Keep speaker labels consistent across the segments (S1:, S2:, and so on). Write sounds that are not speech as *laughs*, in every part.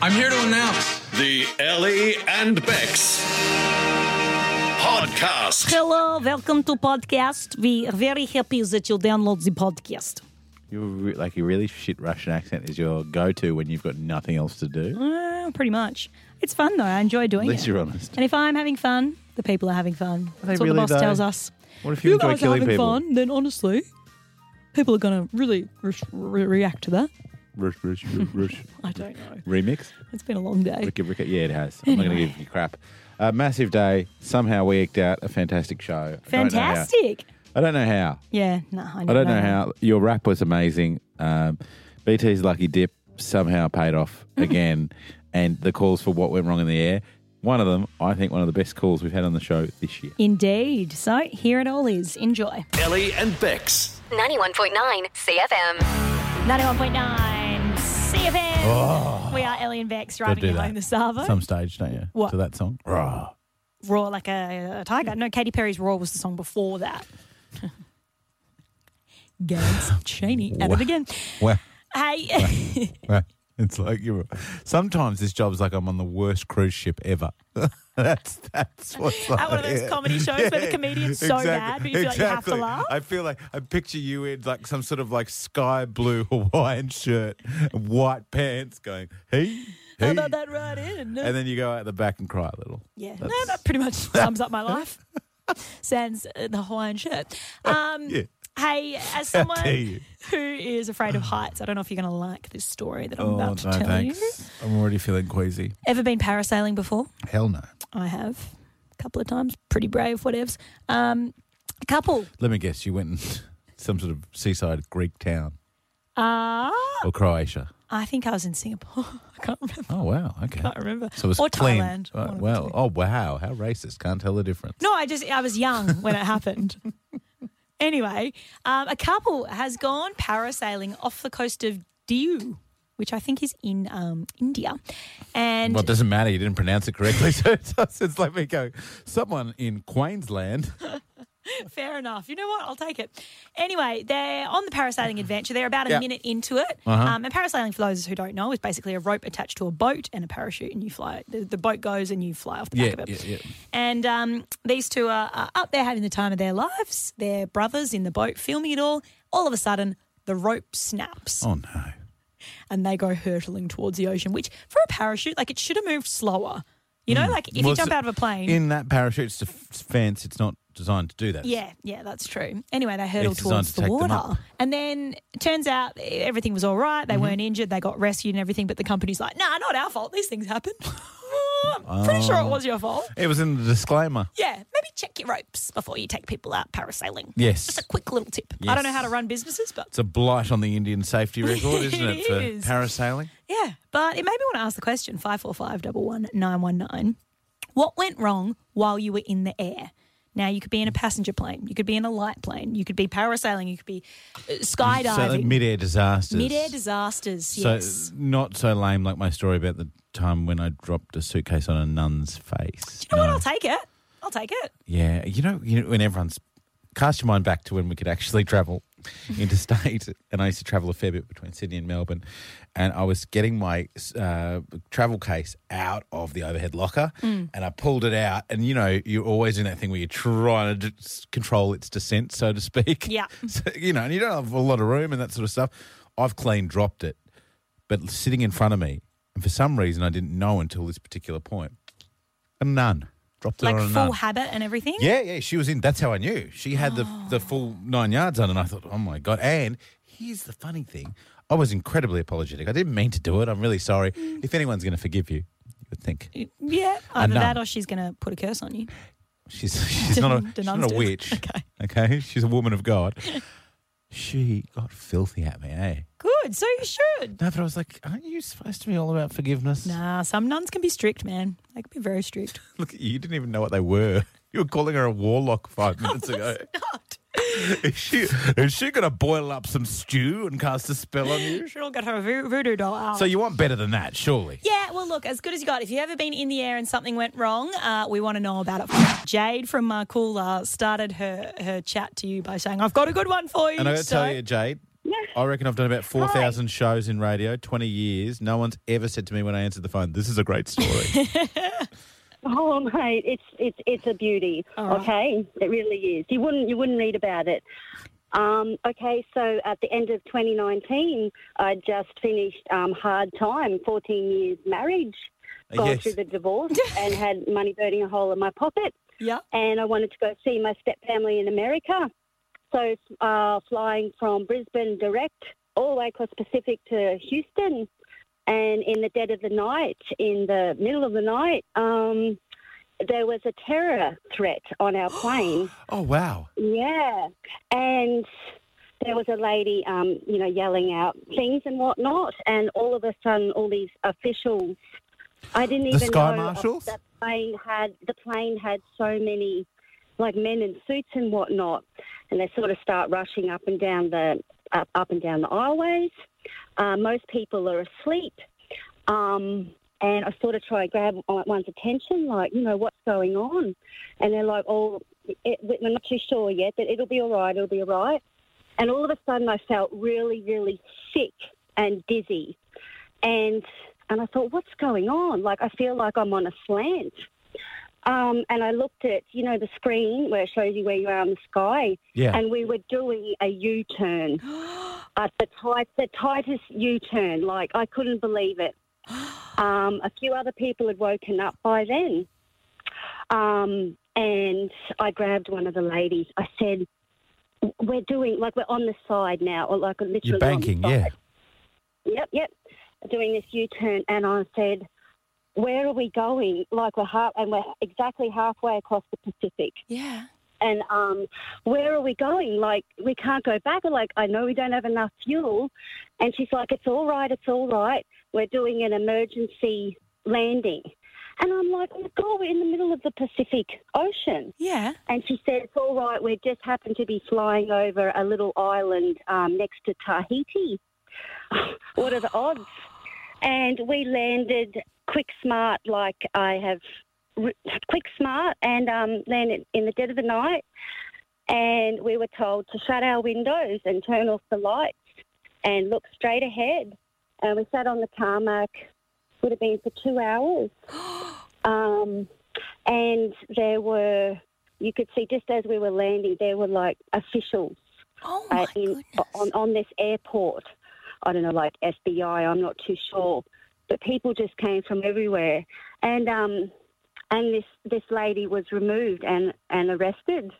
S1: I'm here to announce.
S2: The Ellie and Bex podcast.
S3: Hello, welcome to podcast. We are very happy that you download the podcast.
S4: You're re- like a really shit Russian accent is your go-to when you've got nothing else to do.
S3: Uh, pretty much. It's fun though. I enjoy doing
S4: At least
S3: it.
S4: you're honest.
S3: And if I'm having fun, the people are having fun.
S4: they
S3: That's what
S4: really,
S3: the boss
S4: though?
S3: tells us.
S4: What if you, enjoy
S3: guys are
S4: killing
S3: having
S4: people?
S3: fun, then honestly, people are going to really re- re- react to that.
S4: *laughs* Rush, rush, rush, rush.
S3: I don't know.
S4: Remix.
S3: It's been a long day.
S4: Ricky, Ricky. Yeah, it has. I'm not going to give you crap. A massive day. Somehow we eked out a fantastic show. I don't know how.
S3: Fantastic.
S4: I don't know how.
S3: Yeah, no, I,
S4: I don't know
S3: that.
S4: how. Your rap was amazing. Um, BT's lucky dip somehow paid off
S3: Mm.
S4: again, and the calls for what went wrong in the air. One of them, I think, one of the best calls we've had on the show this year.
S3: Indeed. So here it all is. Enjoy.
S2: Ellie and Bex.
S5: 91.9 CFM.
S3: 91.9 CFM.
S4: Oh.
S3: We are Ellie and Bex driving you home this Savo.
S4: stage, don't you?
S3: What? to
S4: that song.
S3: Roar like a, a tiger. No, Katy Perry's Roar was the song before that. *laughs* Gags Cheney at it again.
S4: Wow.
S3: Hey, *laughs*
S4: Right. *laughs* It's like you. Sometimes this job's like I'm on the worst cruise ship ever. *laughs* that's that's what's
S3: *laughs*
S4: like
S3: at one of those
S4: *laughs*
S3: comedy shows where the comedian's so bad, but you feel like you have to
S4: exactly.
S3: laugh.
S4: I feel like I picture you in like some sort of like sky blue *laughs* Hawaiian shirt, white pants, going hey
S3: How
S4: hey,
S3: about that right in?
S4: and then you go out the back and cry a little.
S3: yeah, no,
S4: That's-
S3: that
S4: *laughs*
S3: pretty much sums up my life. *laughs* Sans uh, the Hawaiian shirt. Um,
S4: Yeah.
S3: Hey, as
S4: How
S3: someone
S4: dare you.
S3: who is afraid of heights, I don't know if you're going to like this story that I'm
S4: Oh, no,
S3: about to tell you.
S4: thanks. I'm already feeling queasy.
S3: Ever been parasailing before?
S4: Hell no.
S3: I have a couple of times. Pretty brave, whatevs. Um, a couple.
S4: Let me guess. You went in *laughs* some sort of seaside Greek town
S3: Uh,
S4: or Croatia.
S3: I think I was in Singapore. *laughs* I can't remember.
S4: Oh wow. Okay.
S3: Can't remember.
S4: So it was
S3: or
S4: clean.
S3: Thailand.
S4: Right,
S3: One of the
S4: Well,
S3: two.
S4: oh wow, how racist! Can't tell the difference.
S3: No, I just I was young when it
S4: *laughs*
S3: happened. Anyway, um, a couple has gone parasailing off the coast of Diu, which I think is in um, India, and
S4: Well, it doesn't matter. You didn't pronounce it correctly, *laughs* so it's, it's like me go. Someone in
S3: *laughs*
S4: Queensland.
S3: Fair enough. You know what? I'll take it. Anyway, they're on the parasailing adventure. They're about a
S4: Yeah. Uh-huh.
S3: minute into it. Um, and parasailing, for those who don't know, is basically a rope attached to a boat and a parachute, and you fly. The, the boat goes and you fly off the
S4: Yeah,
S3: back of it.
S4: yeah, yeah.
S3: And um, these two are, are up there having the time of their lives. Their brothers in the boat filming it all. All of a sudden, the rope snaps
S4: Oh no!
S3: and they go hurtling towards the ocean. Which, for a parachute, like it should have moved slower. You
S4: Mm.
S3: know, like if you
S4: Was
S3: jump
S4: it-
S3: out of a plane.
S4: In that parachute's def- fence, it's not designed to do that.
S3: Yeah, yeah, that's true. Anyway, they hurtled
S4: It's designed
S3: towards
S4: to
S3: the
S4: take them
S3: water.
S4: up. Mm-hmm.
S3: And then it turns out everything was all right. They weren't injured. They got rescued and everything. But the company's like, nah, not our fault. These things happen. *laughs* I'm pretty sure it
S4: Oh.
S3: was your fault.
S4: It was in the disclaimer.
S3: Yeah, maybe check your ropes before you take people out parasailing.
S4: Yes.
S3: Just a quick little tip. I don't know
S4: Yes.
S3: how to run businesses, but
S4: It's a blight on the
S3: *laughs*
S4: Indian safety record, isn't it,
S3: It
S4: for
S3: is.
S4: parasailing?
S3: yeah. But it made me want to ask the question 545 11919. What went wrong while you were in the air? Now, you could be in a passenger plane, you could be in a light plane, you could be parasailing, you could be uh, skydiving.
S4: Mm, So like mid-air disasters.
S3: Mid-air disasters,
S4: So
S3: yes.
S4: not so lame like my story about the time when I dropped a suitcase on a nun's face.
S3: you know what?
S4: No.
S3: I'll take it. I'll take it.
S4: Yeah, you know, you know, when everyone's cast your mind back to when we could
S3: *laughs*
S4: actually travel interstate, and I used to travel a fair bit between Sydney and Melbourne, and I was getting my uh, travel case out of the overhead locker,
S3: Mm.
S4: and I pulled it out, and you know, you're always in that thing where you're trying to d- control its descent, so to speak.
S3: Yeah.
S4: *laughs* so, you know, and you don't have a lot of room and that sort of stuff. I've clean dropped it, but sitting in front of me, and for some reason I didn't know until this particular point, a nun dropped it
S3: Like
S4: on a
S3: full
S4: nun.
S3: habit and everything.
S4: Yeah, yeah, she was in. That's how I knew she had the the full nine yards on, and I thought, oh my god. And here's the funny thing: I was incredibly apologetic. I didn't mean to do it. I'm really sorry. If anyone's going to forgive you, you would think
S3: Yeah. Either
S4: nun.
S3: that or she's going to put a curse on you.
S4: she's she's not a
S3: The
S4: she's
S3: nuns
S4: not a
S3: do.
S4: witch.
S3: Okay.
S4: okay, she's a woman of God. She got filthy at me, eh?
S3: Good. So you should.
S4: No, but I was like, aren't you supposed to be all about forgiveness?
S3: Nah, some nuns can be strict, man. They can be very strict.
S4: *laughs* Look at you. You didn't even know what they were. *laughs* You were calling her a warlock five minutes ago.
S3: *laughs* Not.
S4: *laughs* Is she, is she going to boil up some stew and cast a spell on you?
S3: Should all get her a vo- voodoo doll out.
S4: So you want better than that, surely?
S3: yeah, well, look, as good as you got. If you ever been in the air and something went wrong, uh, we want to know about it. Jade from uh, Markula started her, her chat to you by saying, I've got a good one for you.
S4: And I got to
S3: So-
S4: tell you, Jade, I reckon I've done about 4,000 shows in radio, 20 years. No one's ever said to me when I answered the phone, this is a
S3: *laughs*
S4: great story.
S1: Oh mate, it's it's it's a beauty.
S3: right.
S1: Okay, it really is. You wouldn't you wouldn't read about it. Um, okay, so at the end of 2019, I just finished um, hard time, 14 years marriage, gone
S4: Yes.
S1: through the divorce, and had money burning a hole in my pocket.
S3: Yeah.
S1: And I wanted to go see my step family in America. So uh, flying from Brisbane direct all the way across Pacific to Houston, and in the dead of the night, in the middle of the night, um, there was a terror threat on our plane.
S4: oh, wow.
S1: Yeah, and there was a lady, um, you know, yelling out things and whatnot, and all of a sudden, all these officials. I didn't
S4: The
S1: even
S4: Sky
S1: know
S4: Marshals?
S1: that plane had the plane had so many like men in suits and whatnot, and they sort of start rushing up and down the up, up and down the aisleways. Uh, most people are asleep, um, and I sort of try to grab on- one's attention, like you know what's going on, and they're like, "Oh, it, we're not too sure yet, but it'll be all right. It'll be all right." And all of a sudden, I felt really, really sick and dizzy, and and I thought, "What's going on?" Like I feel like I'm on a slant. Um, and I looked at, you know, the screen where it shows you where you are in the sky.
S4: Yeah.
S1: And we were doing
S4: *gasps*
S1: a U-turn, uh, the, tight, the tightest U-turn. Like, I couldn't
S4: *gasps*
S1: believe it. Um, a few other people had woken up by then. Um, and I grabbed one of the ladies. I said, we're doing, like, we're on the side now. Or, like, literally
S4: You're banking,
S1: on the side.
S4: yeah.
S1: Yep, yep. Doing this U-turn. And I said, where are we going? Like, we're half, and we're exactly halfway across the Pacific
S3: Yeah.
S1: and um, where are we going? Like, we can't go back. We're like, I know we don't have enough fuel. And she's like, it's all right, it's all right. We're doing an emergency landing. And I'm like, oh my God, we're in the middle of the Pacific Ocean.
S3: Yeah.
S1: And she said, it's all right. We just happened to be flying over a little island um, next to Tahiti. *sighs* what are the odds? And we landed quick smart, like I have r- quick smart, and um, landed in the dead of the night. And we were told to shut our windows and turn off the lights and look straight ahead. And we sat on the tarmac, would have been for two hours. Um, and there were, you could see just as we were landing, there were like officials
S3: Oh my
S1: uh, in,
S3: goodness.
S1: on, on this airport. I don't know, like FBI, I'm not too sure. But people just came from everywhere. And, um, and this, this lady was removed and, and arrested.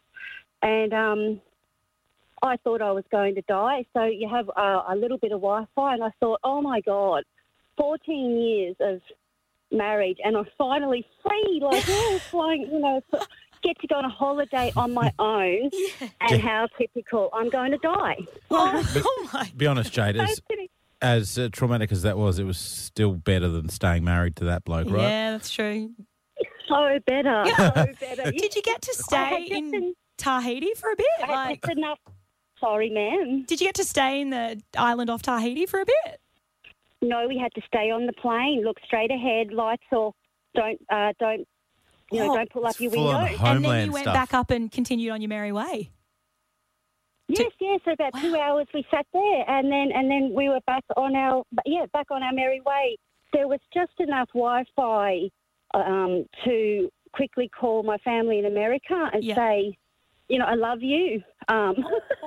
S1: And um, I thought I was going to die. So you have a, a little bit of Wi Fi. And I thought, oh my God, 14 years of marriage and I'm finally free. Like, *laughs* oh, flying, you know, f- get to go on a holiday on my
S3: *laughs*
S1: own. And how typical, I'm going to die.
S3: oh, oh my.
S4: Be honest, Jade, as, as uh, traumatic as that was, it was still better than staying married to that bloke, right?
S3: Yeah, that's true.
S1: So better,
S3: *laughs*
S1: so better.
S3: Did you get to
S1: I
S3: stay
S1: had just
S3: in
S1: en-
S3: Tahiti for a bit?
S1: I had
S3: Like,
S1: just enough. Sorry, ma'am.
S3: did you get to stay in the island off Tahiti for a bit?
S1: No, we had to stay on the plane. Look straight ahead, lights off. Don't, uh, don't, you know,
S3: Oh,
S1: don't pull up
S4: It's
S1: your
S4: full on
S1: window.
S3: and then you
S4: homeland
S3: went
S4: stuff.
S3: back up and continued on your merry way.
S1: Yes, yes. So about two hours we sat there, and then and then we were back on our yeah back on our merry way. There was just enough Wi-Fi um, to quickly call my family in America and
S3: Yeah.
S1: say, you know, I love you. Um,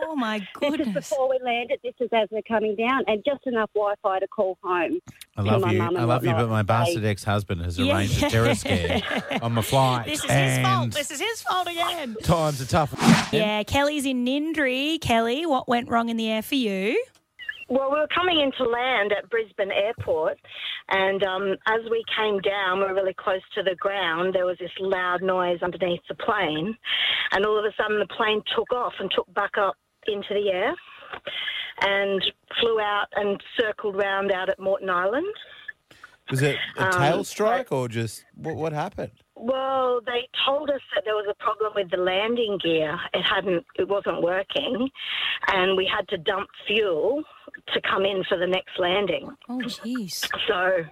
S3: Oh my
S1: this is
S3: goodness.
S1: before we landed. This is as we're coming down, and just enough Wi-Fi to call home.
S4: I
S1: to
S4: love
S1: my
S4: you.
S1: mum and
S4: I love you, but
S1: whatnot.
S4: my
S1: Like,
S4: bastard ex husband has
S3: Yeah.
S4: arranged a
S3: *laughs*
S4: terror scare on my flight.
S3: This is his
S4: and
S3: fault. This is his fault again.
S4: Times are tough.
S3: Yeah, Kelly's in Nindri. Kelly, what went wrong in the air for you?
S6: Well, we were coming into land at Brisbane Airport, and um, as we came down, we were really close to the ground. There was this loud noise underneath the plane, and all of a sudden, the plane took off and took back up into the air and flew out and circled round out at Morton Island.
S4: Was it a
S3: Um,
S4: tail strike or just what, what happened?
S6: Well, they told us that there was a problem with the landing gear. It hadn't, it wasn't working, and we had to dump fuel to come in for the next landing.
S3: Oh, jeez.
S6: *laughs* So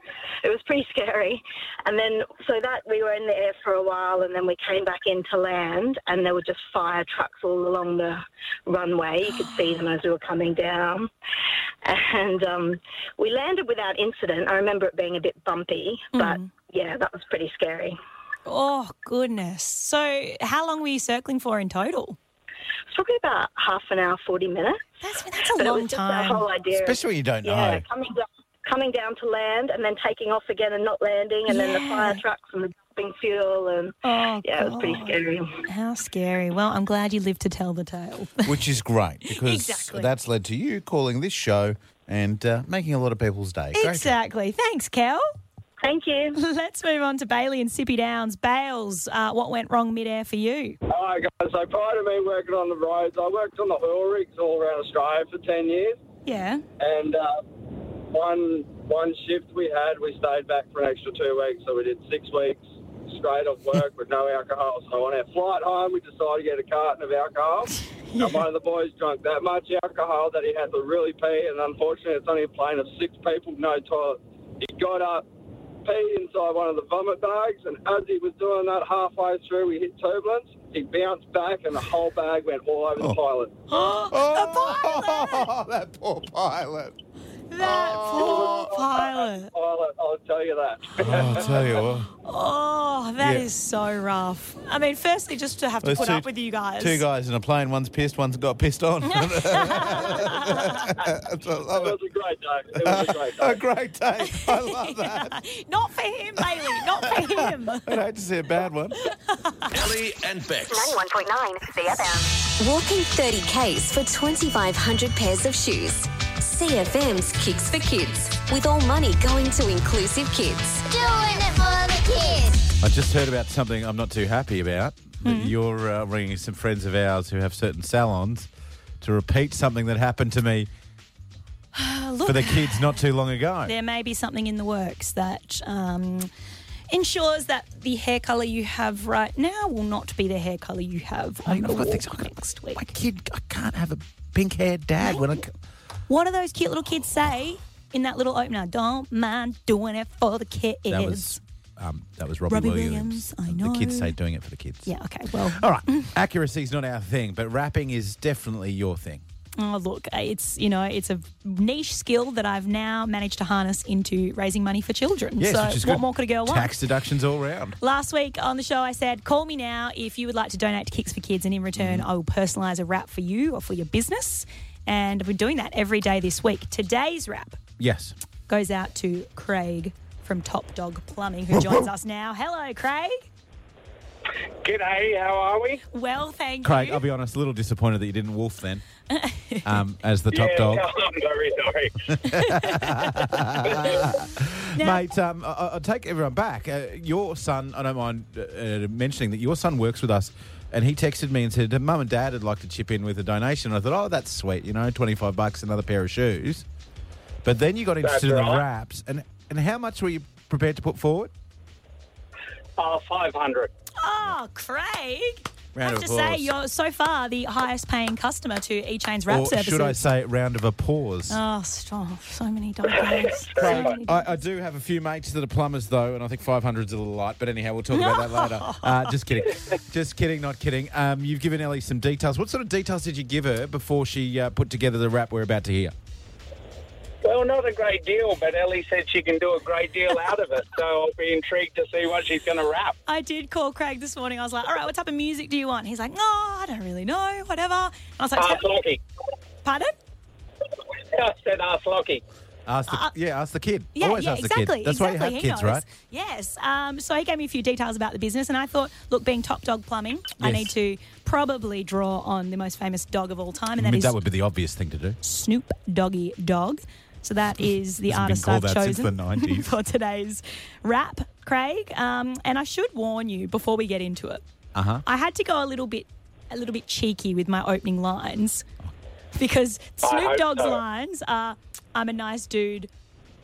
S6: it was pretty scary. And then, so that we were in the air for a while, and then we came back into land, and there were just fire trucks all along the runway. You could see them as we were coming down. *laughs* And um, we landed without incident. I remember it being a bit bumpy, but yeah, that was pretty scary.
S3: Oh, goodness. So, how long were you circling for in total?
S6: It's probably about half an hour, 40 minutes.
S3: That's, that's a
S6: But it
S3: long
S6: was just that
S3: time.
S6: whole idea. of-
S4: Especially when you don't
S6: Yeah,
S4: know.
S6: coming down, coming down to land and then taking off again and not landing, and then the
S3: Yeah.
S6: fire trucks and the dumping fuel, and
S3: Oh,
S6: yeah, it was pretty
S3: God.
S6: scary.
S3: How scary. Well, I'm glad you lived to tell the tale. *laughs*
S4: Which is great because
S3: Exactly.
S4: that's led to you calling this show and uh, making a lot of people's day. Great job.
S3: exactly. Thanks, Kel. *laughs*
S6: Thank you.
S3: Let's move on to Bailey and Sippy Downs. Bales, uh, what went wrong midair for you?
S7: Hi guys. So prior to me working on the roads, I worked on the oil rigs all around Australia for ten years.
S3: *gasps* Yeah.
S7: And uh, one one shift we had, we stayed back for an extra two weeks, so we did six weeks straight of work with no alcohol. So on our flight home, we decided to get a carton of alcohol. And one of the boys drank that much alcohol that he had to really pee, and unfortunately, it's only a plane of six people, no toilet. He got up, peed inside one of the vomit bags, and as he was doing that, halfway through, we hit turbulence. He bounced back, and the whole bag went all over the pilot.
S4: *laughs* Oh, that poor pilot.
S3: That poor pilot.
S7: Pilot, I'll tell you that.
S4: Oh, I'll tell you
S3: *laughs*
S4: what.
S3: Oh, that is
S4: Yeah.
S3: so rough. I mean, firstly, just to have to
S4: Those
S3: put
S4: two-
S3: up with you guys.
S4: Two guys in a plane, one's pissed, one's got
S3: *laughs*
S4: pissed on. *laughs* That's what I love
S7: It
S4: it.
S7: was a great day. It
S4: *laughs*
S7: was a great
S4: A
S7: day.
S4: Oh, great day. I love *laughs* that.
S3: Not for him, Bailey. Not
S4: *laughs*
S3: for him.
S4: I'd hate to see a bad one.
S2: Ellie and Bex.
S5: 91.9 CFM.
S8: Walking 30Ks for 2,500 pairs of shoes. CFM's Kicks for Kids, with all money going to inclusive kids.
S9: Doing it for the kids.
S4: I just heard about something I'm not too happy about. That
S3: Hmm?
S4: You're uh, ringing some friends of ours who have certain salons to repeat something that happened to me for the kids not too long ago.
S3: Uh, there may be something in the works that um, ensures that the hair colour you have right now will not be the hair colour you have on the walk next week.
S4: My kid, I can't have a pink haired dad when I. c-
S3: What do those cute little kids say in that little opener? Don't mind doing it for the kids.
S4: That was, um, that was Robbie,
S3: Robbie
S4: Williams.
S3: Williams, I
S4: The kids
S3: know.
S4: say doing it for the kids.
S3: yeah, okay, well,
S4: All right.
S3: *laughs*
S4: Accuracy's not our thing, but rapping is definitely your thing.
S3: oh, look, it's, you know, it's a niche skill that I've now managed to harness into raising money for children.
S4: Yes,
S3: so
S4: which is
S3: what
S4: good.
S3: more could a girl want?
S4: Tax deductions all round.
S3: Last week on the show, I said, call me now if you would like to donate to Kicks for Kids, and in return,
S4: Mm-hmm.
S3: I will personalise a wrap for you or for your business. And I've been doing that every day this week. Today's wrap
S4: Yes.
S3: goes out to Craig from Top Dog Plumbing,
S4: *laughs*
S3: who joins us now. Hello, Craig.
S7: G'day, how are we?
S3: Well, thank
S4: Craig,
S3: you.
S4: I'll be honest, a little disappointed that you didn't wolf
S3: *laughs*
S4: then um, as the top dog.
S7: Sorry, sorry.
S4: *laughs* Mate, um, I- I- I'll take everyone back. Uh, your son, I don't mind uh, uh, mentioning that your son works with us, and he texted me and said, Mum and Dad would like to chip in with a donation. I thought, oh, that's sweet, you know, 25 bucks, another pair of shoes. But then you got interested in the
S7: right.
S4: wraps, and, and how much were you prepared to put forward?
S7: Oh, 500.
S3: oh, Craig.
S4: Round
S3: I have
S4: of
S3: to say,
S4: applause.
S3: you're so far the highest paying customer to E Chain's wrap
S4: Or
S3: services.
S4: should I say, round of applause?
S3: Oh, stop. So many dogs.
S4: I, I do have a few mates that are plumbers, though, and I think 500's a little light. But anyhow, we'll talk about
S3: *laughs*
S4: that later. Uh, just kidding. just kidding, not kidding. Um, you've given Ellie some details. What sort of details did you give her before she uh, put together the rap we're about to hear?
S7: Well, not a great deal, but Ellie said she can do a great deal out of it, so I'll be intrigued to see what she's going to wrap.
S3: I did call Craig this morning. I was like, all right, what type of music do you want? He's like, no, I don't really know, whatever. And I was like,
S7: Ask Lockie. *laughs*
S3: pardon?
S7: I said ask Lockie.
S4: Ask the, yeah, ask the kid.
S3: Uh, Yeah,
S4: Always
S3: yeah,
S4: ask
S3: exactly.
S4: the kid. That's
S3: exactly.
S4: why you have
S3: he
S4: kids,
S3: knows.
S4: right?
S3: Yes. Um, so he gave me a few details about the business, and I thought, look, being top dog plumbing, I
S4: Yes.
S3: need to probably draw on the most famous dog of all time, and
S4: I
S3: that
S4: mean,
S3: is
S4: that would be the obvious thing to do.
S3: Snoop Doggy Dog. So that is the
S4: Hasn't been
S3: artist
S4: called
S3: I've
S4: that
S3: chosen
S4: since the
S3: *laughs*
S4: 90s.
S3: for today's rap, Craig. Um, and I should warn you before we get into it.
S4: Uh-huh.
S3: I had to go a little bit, a little bit cheeky with my opening
S4: Oh.
S3: lines because Snoop
S7: hope
S3: Dogg's
S7: so.
S3: lines are, "I'm a nice dude,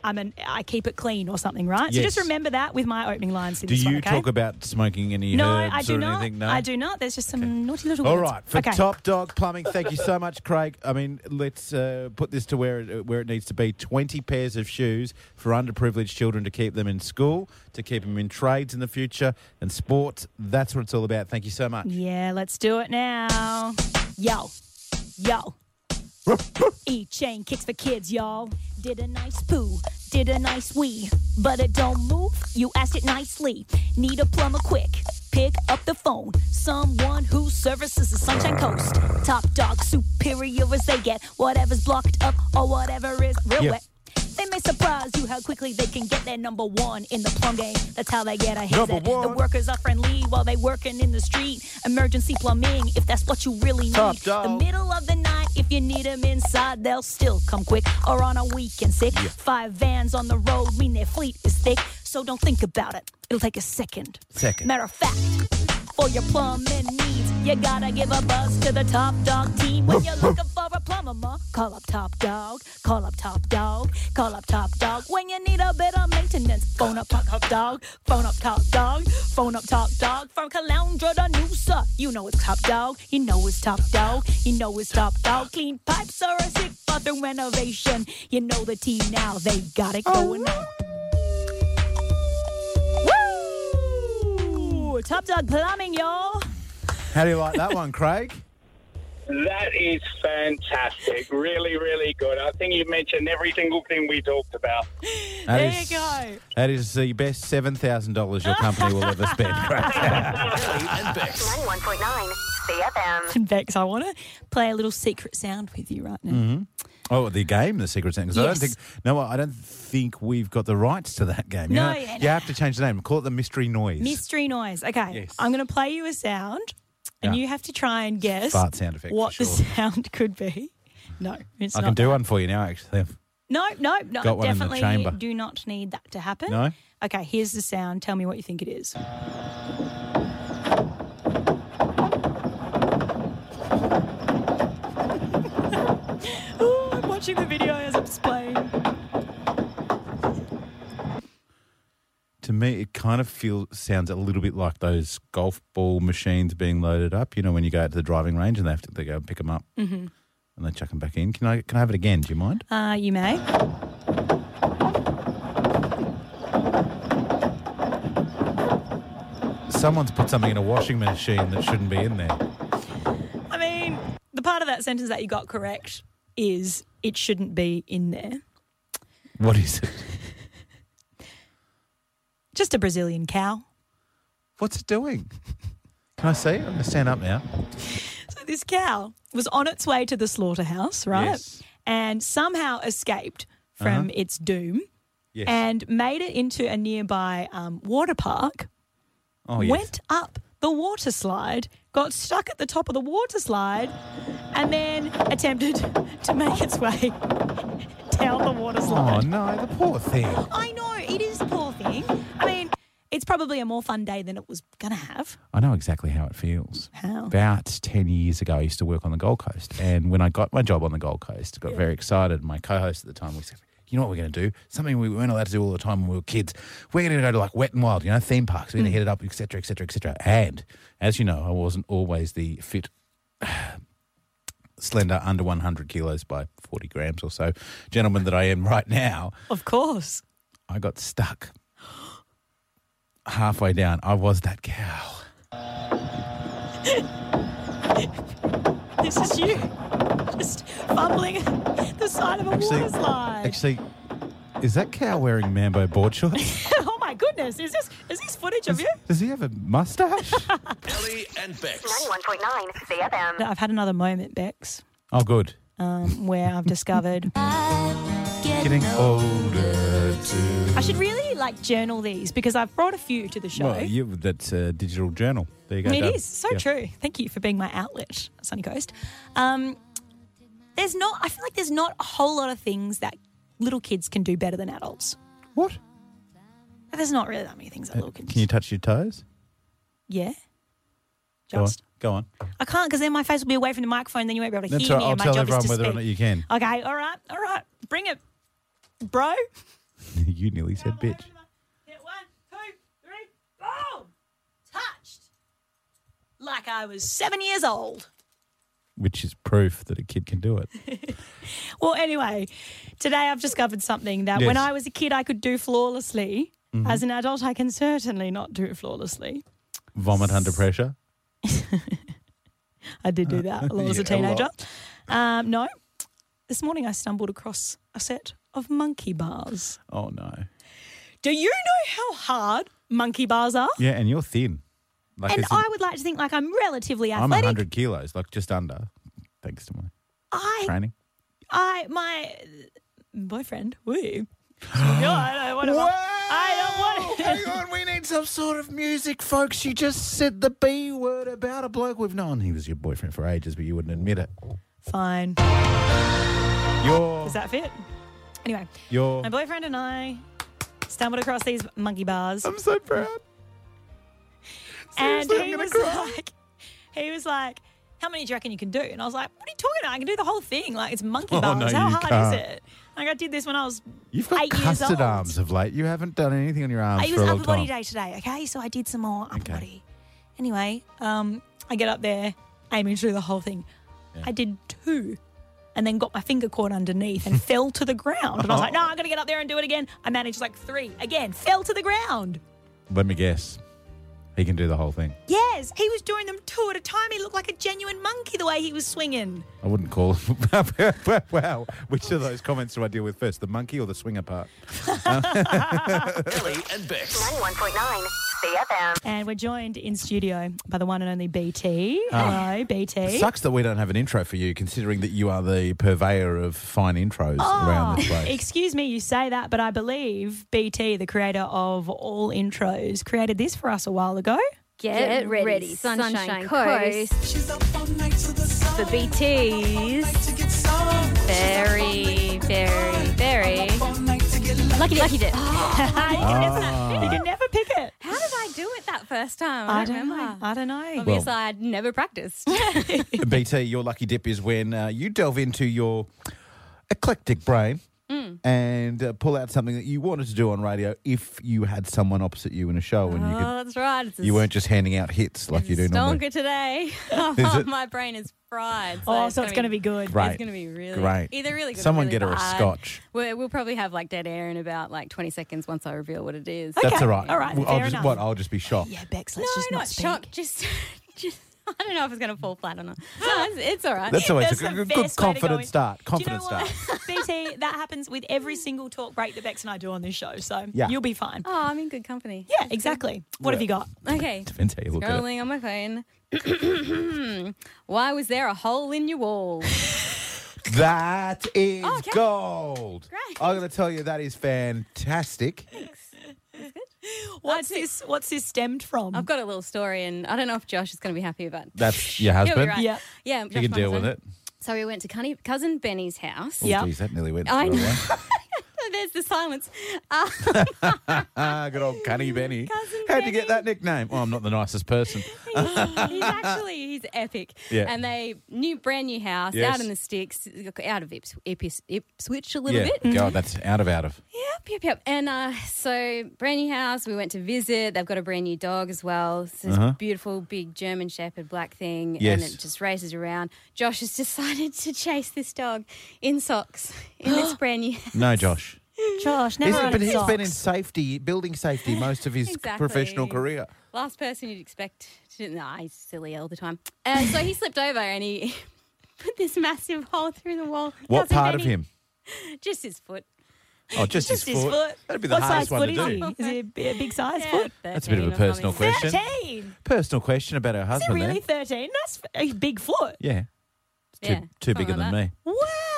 S3: I'm an I keep it clean or something, right? So
S4: Yes.
S3: just remember that with my opening lines. In
S4: Do
S3: this
S4: you
S3: one, okay?
S4: talk about smoking any
S3: No,
S4: herbs
S3: I do
S4: or
S3: not.
S4: anything? No,
S3: I do not. There's just some naughty little.
S4: All
S3: words.
S4: right, for
S3: okay.
S4: Top Dog Plumbing, thank you so much, Craig. I mean, let's uh, put this to where it, where it needs to be. Twenty pairs of shoes for underprivileged children to keep them in school, to keep them in trades in the future, and sports. That's what it's all about. Thank you so much.
S3: Yeah, let's do it now. Yo, yo. E chain kicks for kids, y'all. Did a nice poo, did a nice wee, but it don't move. You asked it nicely. Need a plumber quick. Pick up the phone. Someone who services the Sunshine Coast. Top dog, superior as they get. Whatever's blocked up or whatever is real
S4: Yeah.
S3: wet. They may surprise you how quickly they can get their number one in the plum game. That's how they get ahead.
S4: Number
S3: The
S4: one.
S3: workers are friendly while they working in the street. Emergency plumbing, if that's what you really need.
S4: Top
S3: The
S4: dog.
S3: middle of the night, if you need them inside, they'll still come quick. Or on a weekend sick. Five vans on the road mean their fleet is thick. So don't think about it. It'll take a second.
S4: Second.
S3: Matter of fact, for your plumbing needs, you gotta give a buzz to the Top Dog team. When you're looking for a plumber, ma, call up Top Dog. Call up Top Dog. Call up Top Dog. When you need a bit of maintenance, phone up Top Dog. Phone up Top Dog. Phone up Top Dog. From Caloundra to Noosa, you know it's Top Dog. You know it's Top Dog. You know it's Top Dog. Clean pipes or a sick bathroom renovation. You know the team now. They got it going on. Woo! Top Dog Plumbing, y'all.
S4: How do you like that
S3: *laughs*
S4: one, Craig?
S10: That is fantastic. Really, really good. I think you mentioned every single thing we talked about.
S4: That
S3: There
S4: is-
S3: you go.
S4: That is the best seven thousand dollars your company will ever
S3: *laughs*
S4: spend. Craig. *laughs*
S2: Ellie and Bex.
S5: 91.9
S3: *laughs*
S5: CFM.
S3: And Bex, I want to play a little secret sound with you right now.
S4: oh, the game, the secret thing. 'cause I don't
S3: Yes.
S4: think no, I don't think we've got the rights to that game. You
S3: No,
S4: know,
S3: yeah,
S4: you
S3: no.
S4: have to change the name. Call it the mystery noise.
S3: Mystery noise. Okay.
S4: Yes.
S3: I'm going to play you a sound, and
S4: Yeah.
S3: you have to try and guess
S4: Fart sound effect,
S3: what
S4: for
S3: the
S4: sure.
S3: sound *laughs* could be. No, it's
S4: I
S3: not.
S4: can do one for you now, actually.
S3: No, no, no.
S4: Got one in the
S3: definitely
S4: chamber.
S3: do not need that to happen.
S4: No?
S3: Okay, here's the sound. Tell me what you think it is. *laughs* Ooh, I'm watching the video as it's playing.
S4: to me, it kind of feels sounds a little bit like those golf ball machines being loaded up. You know, when you go out to the driving range and they have to they go and pick them up
S3: Mm-hmm.
S4: and they chuck them back in. Can I can I have it again? Do you mind?
S3: Uh, you may.
S4: Someone's put something in a washing machine that shouldn't be in there.
S3: I mean, the part of that sentence that you got correct is it shouldn't be in there.
S4: What is it? *laughs*
S3: Just a Brazilian cow.
S4: What's it doing? Can I see? it? I'm gonna stand up now.
S3: So this cow was on its way to the slaughterhouse, right?
S4: Yes. Uh-huh.
S3: And somehow escaped from its doom
S4: Yes.
S3: and made it into a nearby um, water park,
S4: oh yes.
S3: went up the water slide, got stuck at the top of the water slide, and then attempted *laughs* to make its way *laughs* down the water slide.
S4: Oh no, the poor thing.
S3: I know, it is the poor thing. I mean, it's probably a more fun day than it was going to have.
S4: I know exactly how it feels.
S3: How?
S4: About 10 years ago, I used to work on the Gold Coast. And when I got my job on the Gold Coast, got very excited. My co host at the time, we said, you know what we're going to do? Something we weren't allowed to do all the time when we were kids. We're going to go to like wet and wild, you know, theme parks. We're going to hit it up, et cetera, et cetera, et cetera. And as you know, I wasn't always the fit *sighs* slender under 100 kilos by 40 grams or so gentleman that I am right now.
S3: Of course.
S4: I got stuck *gasps* halfway down. I was that cow.
S3: This is you. Just fumbling the side of a
S4: Actually-
S3: water slide.
S4: Actually, is that cow wearing Mambo
S3: *laughs*
S4: board shorts?
S3: *laughs* oh my goodness, is this is this footage of you?
S4: Does he have a
S3: *laughs*
S4: mustache?
S2: Ellie and Bex.
S5: 91.9 CFM.
S3: I've had another moment, Bex,
S4: oh, good.
S3: um, where I've discovered
S4: Getting older too.
S3: I should really like journal these because I've brought a few to the show.
S4: Well, you, that's a uh, digital journal. There you go.
S3: It
S4: done.
S3: is so
S4: Yeah.
S3: true. Thank you for being my outlet, Sunny Coast. Um, there's not. I feel like there's not a whole lot of things that little kids can do better than adults.
S4: What?
S3: There's not really that many things that little kids.
S4: Uh, Can you touch your toes?
S3: yeah.
S4: Go on.
S3: Just.
S4: Go on.
S3: I can't because then my face will be away from the microphone. Then you won't be able to
S4: That's
S3: hear
S4: right.
S3: me.
S4: I'll
S3: and my
S4: tell
S3: job
S4: everyone
S3: is to
S4: whether or
S3: speak.
S4: not you can.
S3: Okay. All right. All right. Bring it, bro.
S4: *laughs* you nearly said bitch.
S3: Touched. Like I was seven years old.
S4: Which is proof that a kid can
S3: *laughs*
S4: do it.
S3: Well, anyway, today I've discovered something that
S4: Yes.
S3: when I was a kid I could do flawlessly.
S4: Mhm.
S3: As an adult, I can certainly not do flawlessly.
S4: Vomit under pressure.
S3: I did do
S4: *laughs*
S3: that a lot as a
S4: Uh, Yeah, a lot.
S3: teenager. Um, no, this morning I stumbled across a set of monkey bars.
S4: Oh no.
S3: Do you know how hard monkey bars are?
S4: Yeah, and you're thin. Like
S3: and
S4: as in-
S3: I would like to think like I'm relatively
S4: I'm
S3: athletic.
S4: 100 kilos, like just under, thanks to my
S3: I
S4: training.
S3: I my boyfriend.
S4: *gasps*
S3: Woo. I don't want to. I don't want
S4: *laughs*
S3: to.
S4: Hang on, we need some sort of music, folks. You just said the B word about a bloke we've known. He was your boyfriend for ages, but you wouldn't admit it.
S3: Fine.
S4: Your,
S3: Does that fit? Anyway,
S4: your.
S3: my boyfriend and I stumbled across these monkey bars,
S4: I'm so proud.
S3: and
S4: seriously, I'm
S3: he
S4: gonna
S3: was
S4: cry.
S3: like, he was like, "How many do you reckon you can do?" And I was like, "What are you talking about? I can do the whole thing. Like it's monkey
S4: Oh,
S3: bars.
S4: no,
S3: How
S4: you
S3: hard
S4: can't.
S3: is it?" Like I did this when I was
S4: You've got
S3: eight years
S4: custard
S3: old.
S4: arms of late. You haven't done anything on your arms
S3: It
S4: for
S3: was
S4: a
S3: upper
S4: long time.
S3: body day today, okay? So I did some more upper
S4: Okay.
S3: body. Anyway, um, I get up there, aiming through the whole thing. I did two and then got my finger caught underneath
S4: *laughs*
S3: and fell to the ground. And I was like, no,
S4: Oh.
S3: I'm going to get up there and do it again. I managed like three again, fell to the ground.
S4: Let me guess. He can do the whole thing.
S3: Yes, he was doing them two at a time. He looked like a genuine monkey the way he was swinging.
S4: I wouldn't call him. *laughs* wow. Which of those comments do I deal with first, the monkey or the swinger part?
S2: Ellie and Bex.
S5: 91.9 CFM.
S3: And we're joined in studio by the one and only BT.
S4: Ah.
S3: Hello, BT.
S4: Sucks that we don't have an intro for you, considering that you are the purveyor of fine intros around
S3: Oh,
S4: this place.
S3: Excuse me, you say that, but I believe BT, the creator of all intros, created this for us a while *laughs* ago.
S11: Get, ready, Sunshine, Coast. For BT's very, very, very lucky dip. Lucky dip.
S3: you, can never, you can never pick it.
S11: How did I do it that first time? I, don't
S3: know.
S11: remember.
S3: I don't know.
S11: Obviously,
S4: Well-
S11: I'd never
S4: *laughs*
S11: practiced.
S4: BT, your lucky dip is when uh, you delve into your eclectic brain
S11: Mm.
S4: and uh, pull out something that you wanted to do on radio if you had someone opposite you in a show and you,
S11: oh,
S4: could,
S11: that's right. It's a
S4: you weren't just handing out hits like you do normally.
S11: stonker today.
S4: it?
S11: *laughs* My brain is fried.
S3: oh, so it's going to be good.
S4: Great.
S11: It's going to be really
S4: Great.
S11: Either really good. or
S4: Someone
S11: really
S4: get her a
S11: bad. *laughs*
S4: scotch.
S11: We're, we'll probably have like dead air in about like 20 seconds once I reveal what it is.
S4: That's all right.
S3: all right,
S4: Well, I'll
S3: fair
S4: just,
S3: enough.
S4: What? I'll just be shocked. *laughs*
S3: Yeah, Bex, let's
S11: no,
S3: just
S11: not,
S3: not, speak.
S11: shocked. Just, *laughs* just. I don't know if it's going to fall flat or not. No, it's, it's all right.
S4: That's always
S3: That's
S4: Oh, a good,
S3: the
S4: good
S3: best way to go
S4: confident
S3: in.
S4: start.
S3: Do you know
S4: Confident
S3: what?
S4: start.
S3: *laughs* BT, that happens with every single talk break that Bex and I do on this show. So
S4: Yeah.
S3: you'll be fine.
S11: oh, I'm in good company.
S3: Yeah, exactly. What have you got?
S11: Okay.
S4: Depends how you look at it.
S11: Scrolling on my phone. *clears throat* Why was there a hole in your wall? *laughs*
S4: That is
S11: Oh, okay.
S4: gold.
S11: Great.
S4: I'm going to tell you that is fantastic.
S3: What's this? What's this stemmed from?
S11: I've got a little story, and I don't know if Josh is going to be happy about. it.
S4: That's your
S11: He'll be
S4: husband.
S11: right.
S3: Yeah.
S11: yeah.
S4: You can deal with it.
S11: So we went to cunny- cousin Benny's house.
S4: Oh,
S3: Yeah.
S4: geez, that nearly went.
S11: I
S4: the wrong
S11: know.
S4: way.
S11: There's the silence. Uh,
S4: Ah, good old Cunny Benny.
S11: Cousin
S4: How'd you get
S11: Benny.
S4: that nickname? Well, I'm not the nicest person.
S11: he's actually he's epic.
S4: Yeah.
S11: And they new brand new house
S4: Yes.
S11: out in the sticks, out of Ips, Ips, Ipswich a little
S4: yeah,
S11: bit.
S4: God, that's out of out of.
S11: Yep, yep, yep. And uh, so, brand new house. We went to visit. They've got a brand new dog as well. It's this beautiful, big German Shepherd black thing.
S4: Uh-huh. Yes.
S11: And it just races around. Josh has *laughs* decided to chase this dog in socks
S4: *gasps*
S11: in this brand new *laughs* house.
S4: No, Josh.
S3: Josh, never
S4: He's-
S3: run
S4: but
S3: in
S4: he's
S3: socks.
S4: been in safety, building safety, most of his
S11: Exactly.
S4: professional career.
S11: Last person you'd expect to. Nah, he's silly all the time. Uh, so, he slipped over and he *laughs* put this massive hole through the wall.
S4: What
S11: Cousin
S4: part of
S11: Benny-
S4: him?
S11: Just his foot.
S4: Oh, just,
S3: Just
S4: his, foot. That'd be the
S3: what
S4: hardest
S3: size
S4: one
S3: foot
S4: to
S3: is
S4: do.
S3: He? Is he a b- a big size
S11: Yeah,
S3: foot?
S4: That's a bit of
S11: 13
S4: a personal
S11: or something. *laughs*
S4: question.
S3: Thirteen.
S4: Personal question about her
S3: Is it
S4: husband.
S3: really
S4: there.
S3: thirteen? That's a big foot. Oh,
S4: Yeah. It's Too,
S11: Yeah,
S4: too
S11: something
S4: bigger
S11: like
S4: than me.
S11: that.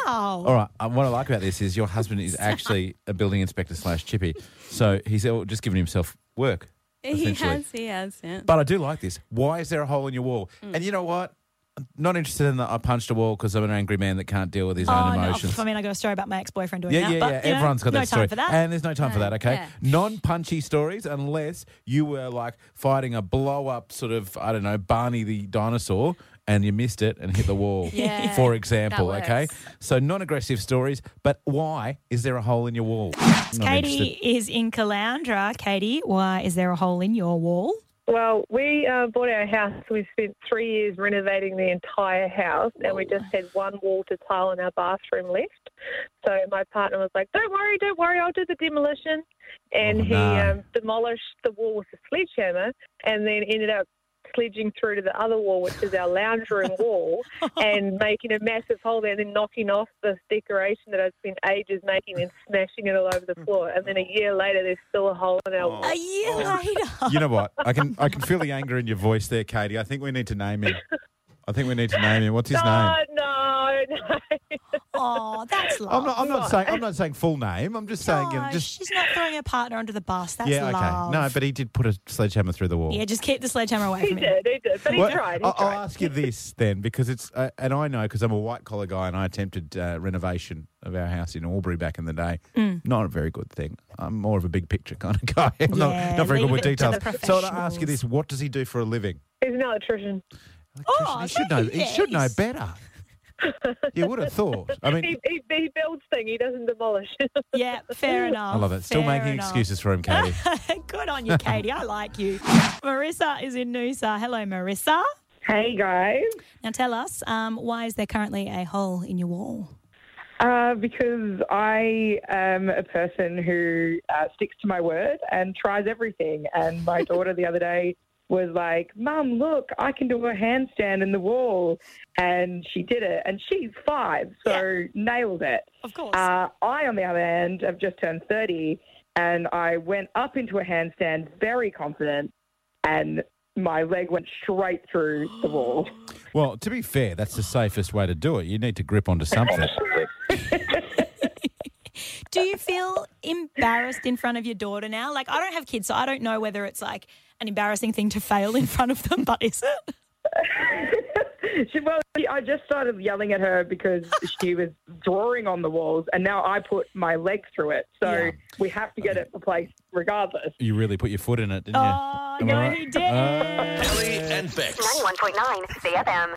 S3: Wow.
S4: All right. Um, what I like about this is your husband is actually a building inspector slash chippy. So he's all- just giving himself work.
S11: He
S4: essentially.
S11: has, he has. Yeah.
S4: But I do like this. Why is there a hole in your wall?
S3: Mm.
S4: And you know what? I'm not interested in that I punched a wall because I'm an angry man that can't deal with his
S3: Oh,
S4: own
S3: no,
S4: emotions.
S3: I mean, I got a story about my ex-boyfriend doing
S4: yeah,
S3: that.
S4: yeah,
S3: but,
S4: yeah.
S3: you know,
S4: Everyone's got
S3: no
S4: that
S3: time
S4: story.
S3: for that.
S4: And there's no time for that, okay?
S11: yeah.
S4: Non punchy stories, unless you were like fighting a blow up sort of, I don't know, Barney the dinosaur and you missed it and hit
S3: *laughs*
S4: the wall,
S11: Yeah,
S4: for example.
S11: that
S4: Okay.
S11: works.
S4: So non aggressive stories, but why is there a hole in your wall? Not
S3: Katie
S4: interested.
S3: is in Caloundra. Katie, why is there a hole in your wall?
S1: Well, we uh, bought our house. We spent three years renovating the entire house, and we just had one wall to tile in our bathroom left. So my partner was like, "Don't worry, don't worry, I'll do the demolition," and
S12: Oh,
S1: he
S12: no.
S1: um, demolished the wall with a sledgehammer, and then ended up sledging through to the other wall, which is our lounge room wall, and making a massive hole there, and then knocking off this decoration that I'd spent ages making and smashing it all over the floor. And then a year later, there's still a hole in our wall.
S4: Oh.
S3: A year later. *laughs*
S4: You know what? I can I can feel the anger in your voice there, Katie. I think we need to name him. I think we need to name him. What's his name?
S1: No, no, no.
S3: Oh, that's love.
S4: I'm not, I'm not saying I'm not saying full name. I'm just saying you know,
S3: No,
S4: just
S3: she's not throwing her partner under the bus. Oh, That's
S4: yeah. Okay.
S3: love.
S4: No, but he did put a sledgehammer through the wall.
S3: yeah, just keep the sledgehammer
S4: *laughs*
S3: away
S1: He
S3: from me.
S1: did, he did, but he
S4: Well,
S1: tried. He
S4: I'll, I'll
S1: tried.
S4: ask you this then, because it's uh, and I know because I'm a white collar guy and I attempted uh, renovation of our house in Albury back in the day.
S3: Mm.
S4: Not a very good thing. I'm more of a big picture kind of guy. *laughs* I'm
S3: Yeah,
S4: not, not very
S3: leave
S4: good with
S3: it to
S4: details.
S3: the
S4: So I'll ask
S3: professionals.
S4: you this: What does he do for a living?
S1: He's an electrician.
S3: Oh,
S4: he should know. He should know
S3: yes. *laughs*
S4: better. you would have thought. I mean,
S1: he, he, he builds things. He doesn't demolish. *laughs*
S3: Yeah,
S4: *laughs*
S3: fair enough.
S4: I love it. Still
S3: fair
S4: making
S3: enough.
S4: excuses for him, Katie.
S3: *laughs* Good on you, Katie. I like you. Marissa is in Noosa. Hello, Marissa.
S7: Hey guys,
S3: Now tell us, um, why is there currently a hole in your wall?
S7: uh, because I am a person who uh, sticks to my word and tries everything. And my daughter the other day was like, "Mum, look, I can do a handstand in the wall," and she did it. And she's five, so nailed it.
S3: Of course.
S7: Uh, I, on the other hand, have just turned thirty, and I went up into a handstand very confident, and my leg went straight through the wall. *laughs*
S4: Well, to be fair, that's the safest way to do it. You need to grip onto something.
S3: Do you feel embarrassed in front of your daughter now? Like, I don't have kids, so I don't know whether it's like an embarrassing thing to fail in front of them, but is it?
S7: She, well, I just started yelling at her because she was drawing on the walls, and now I put my leg through it. So we have to get it replaced regardless.
S4: You really put your foot in it, didn't you?
S3: Oh,
S4: Am I Uh,
S3: no,
S4: right?
S3: he did.
S4: Uh,
S5: Ellie and Bex.
S13: 91.9 CFM.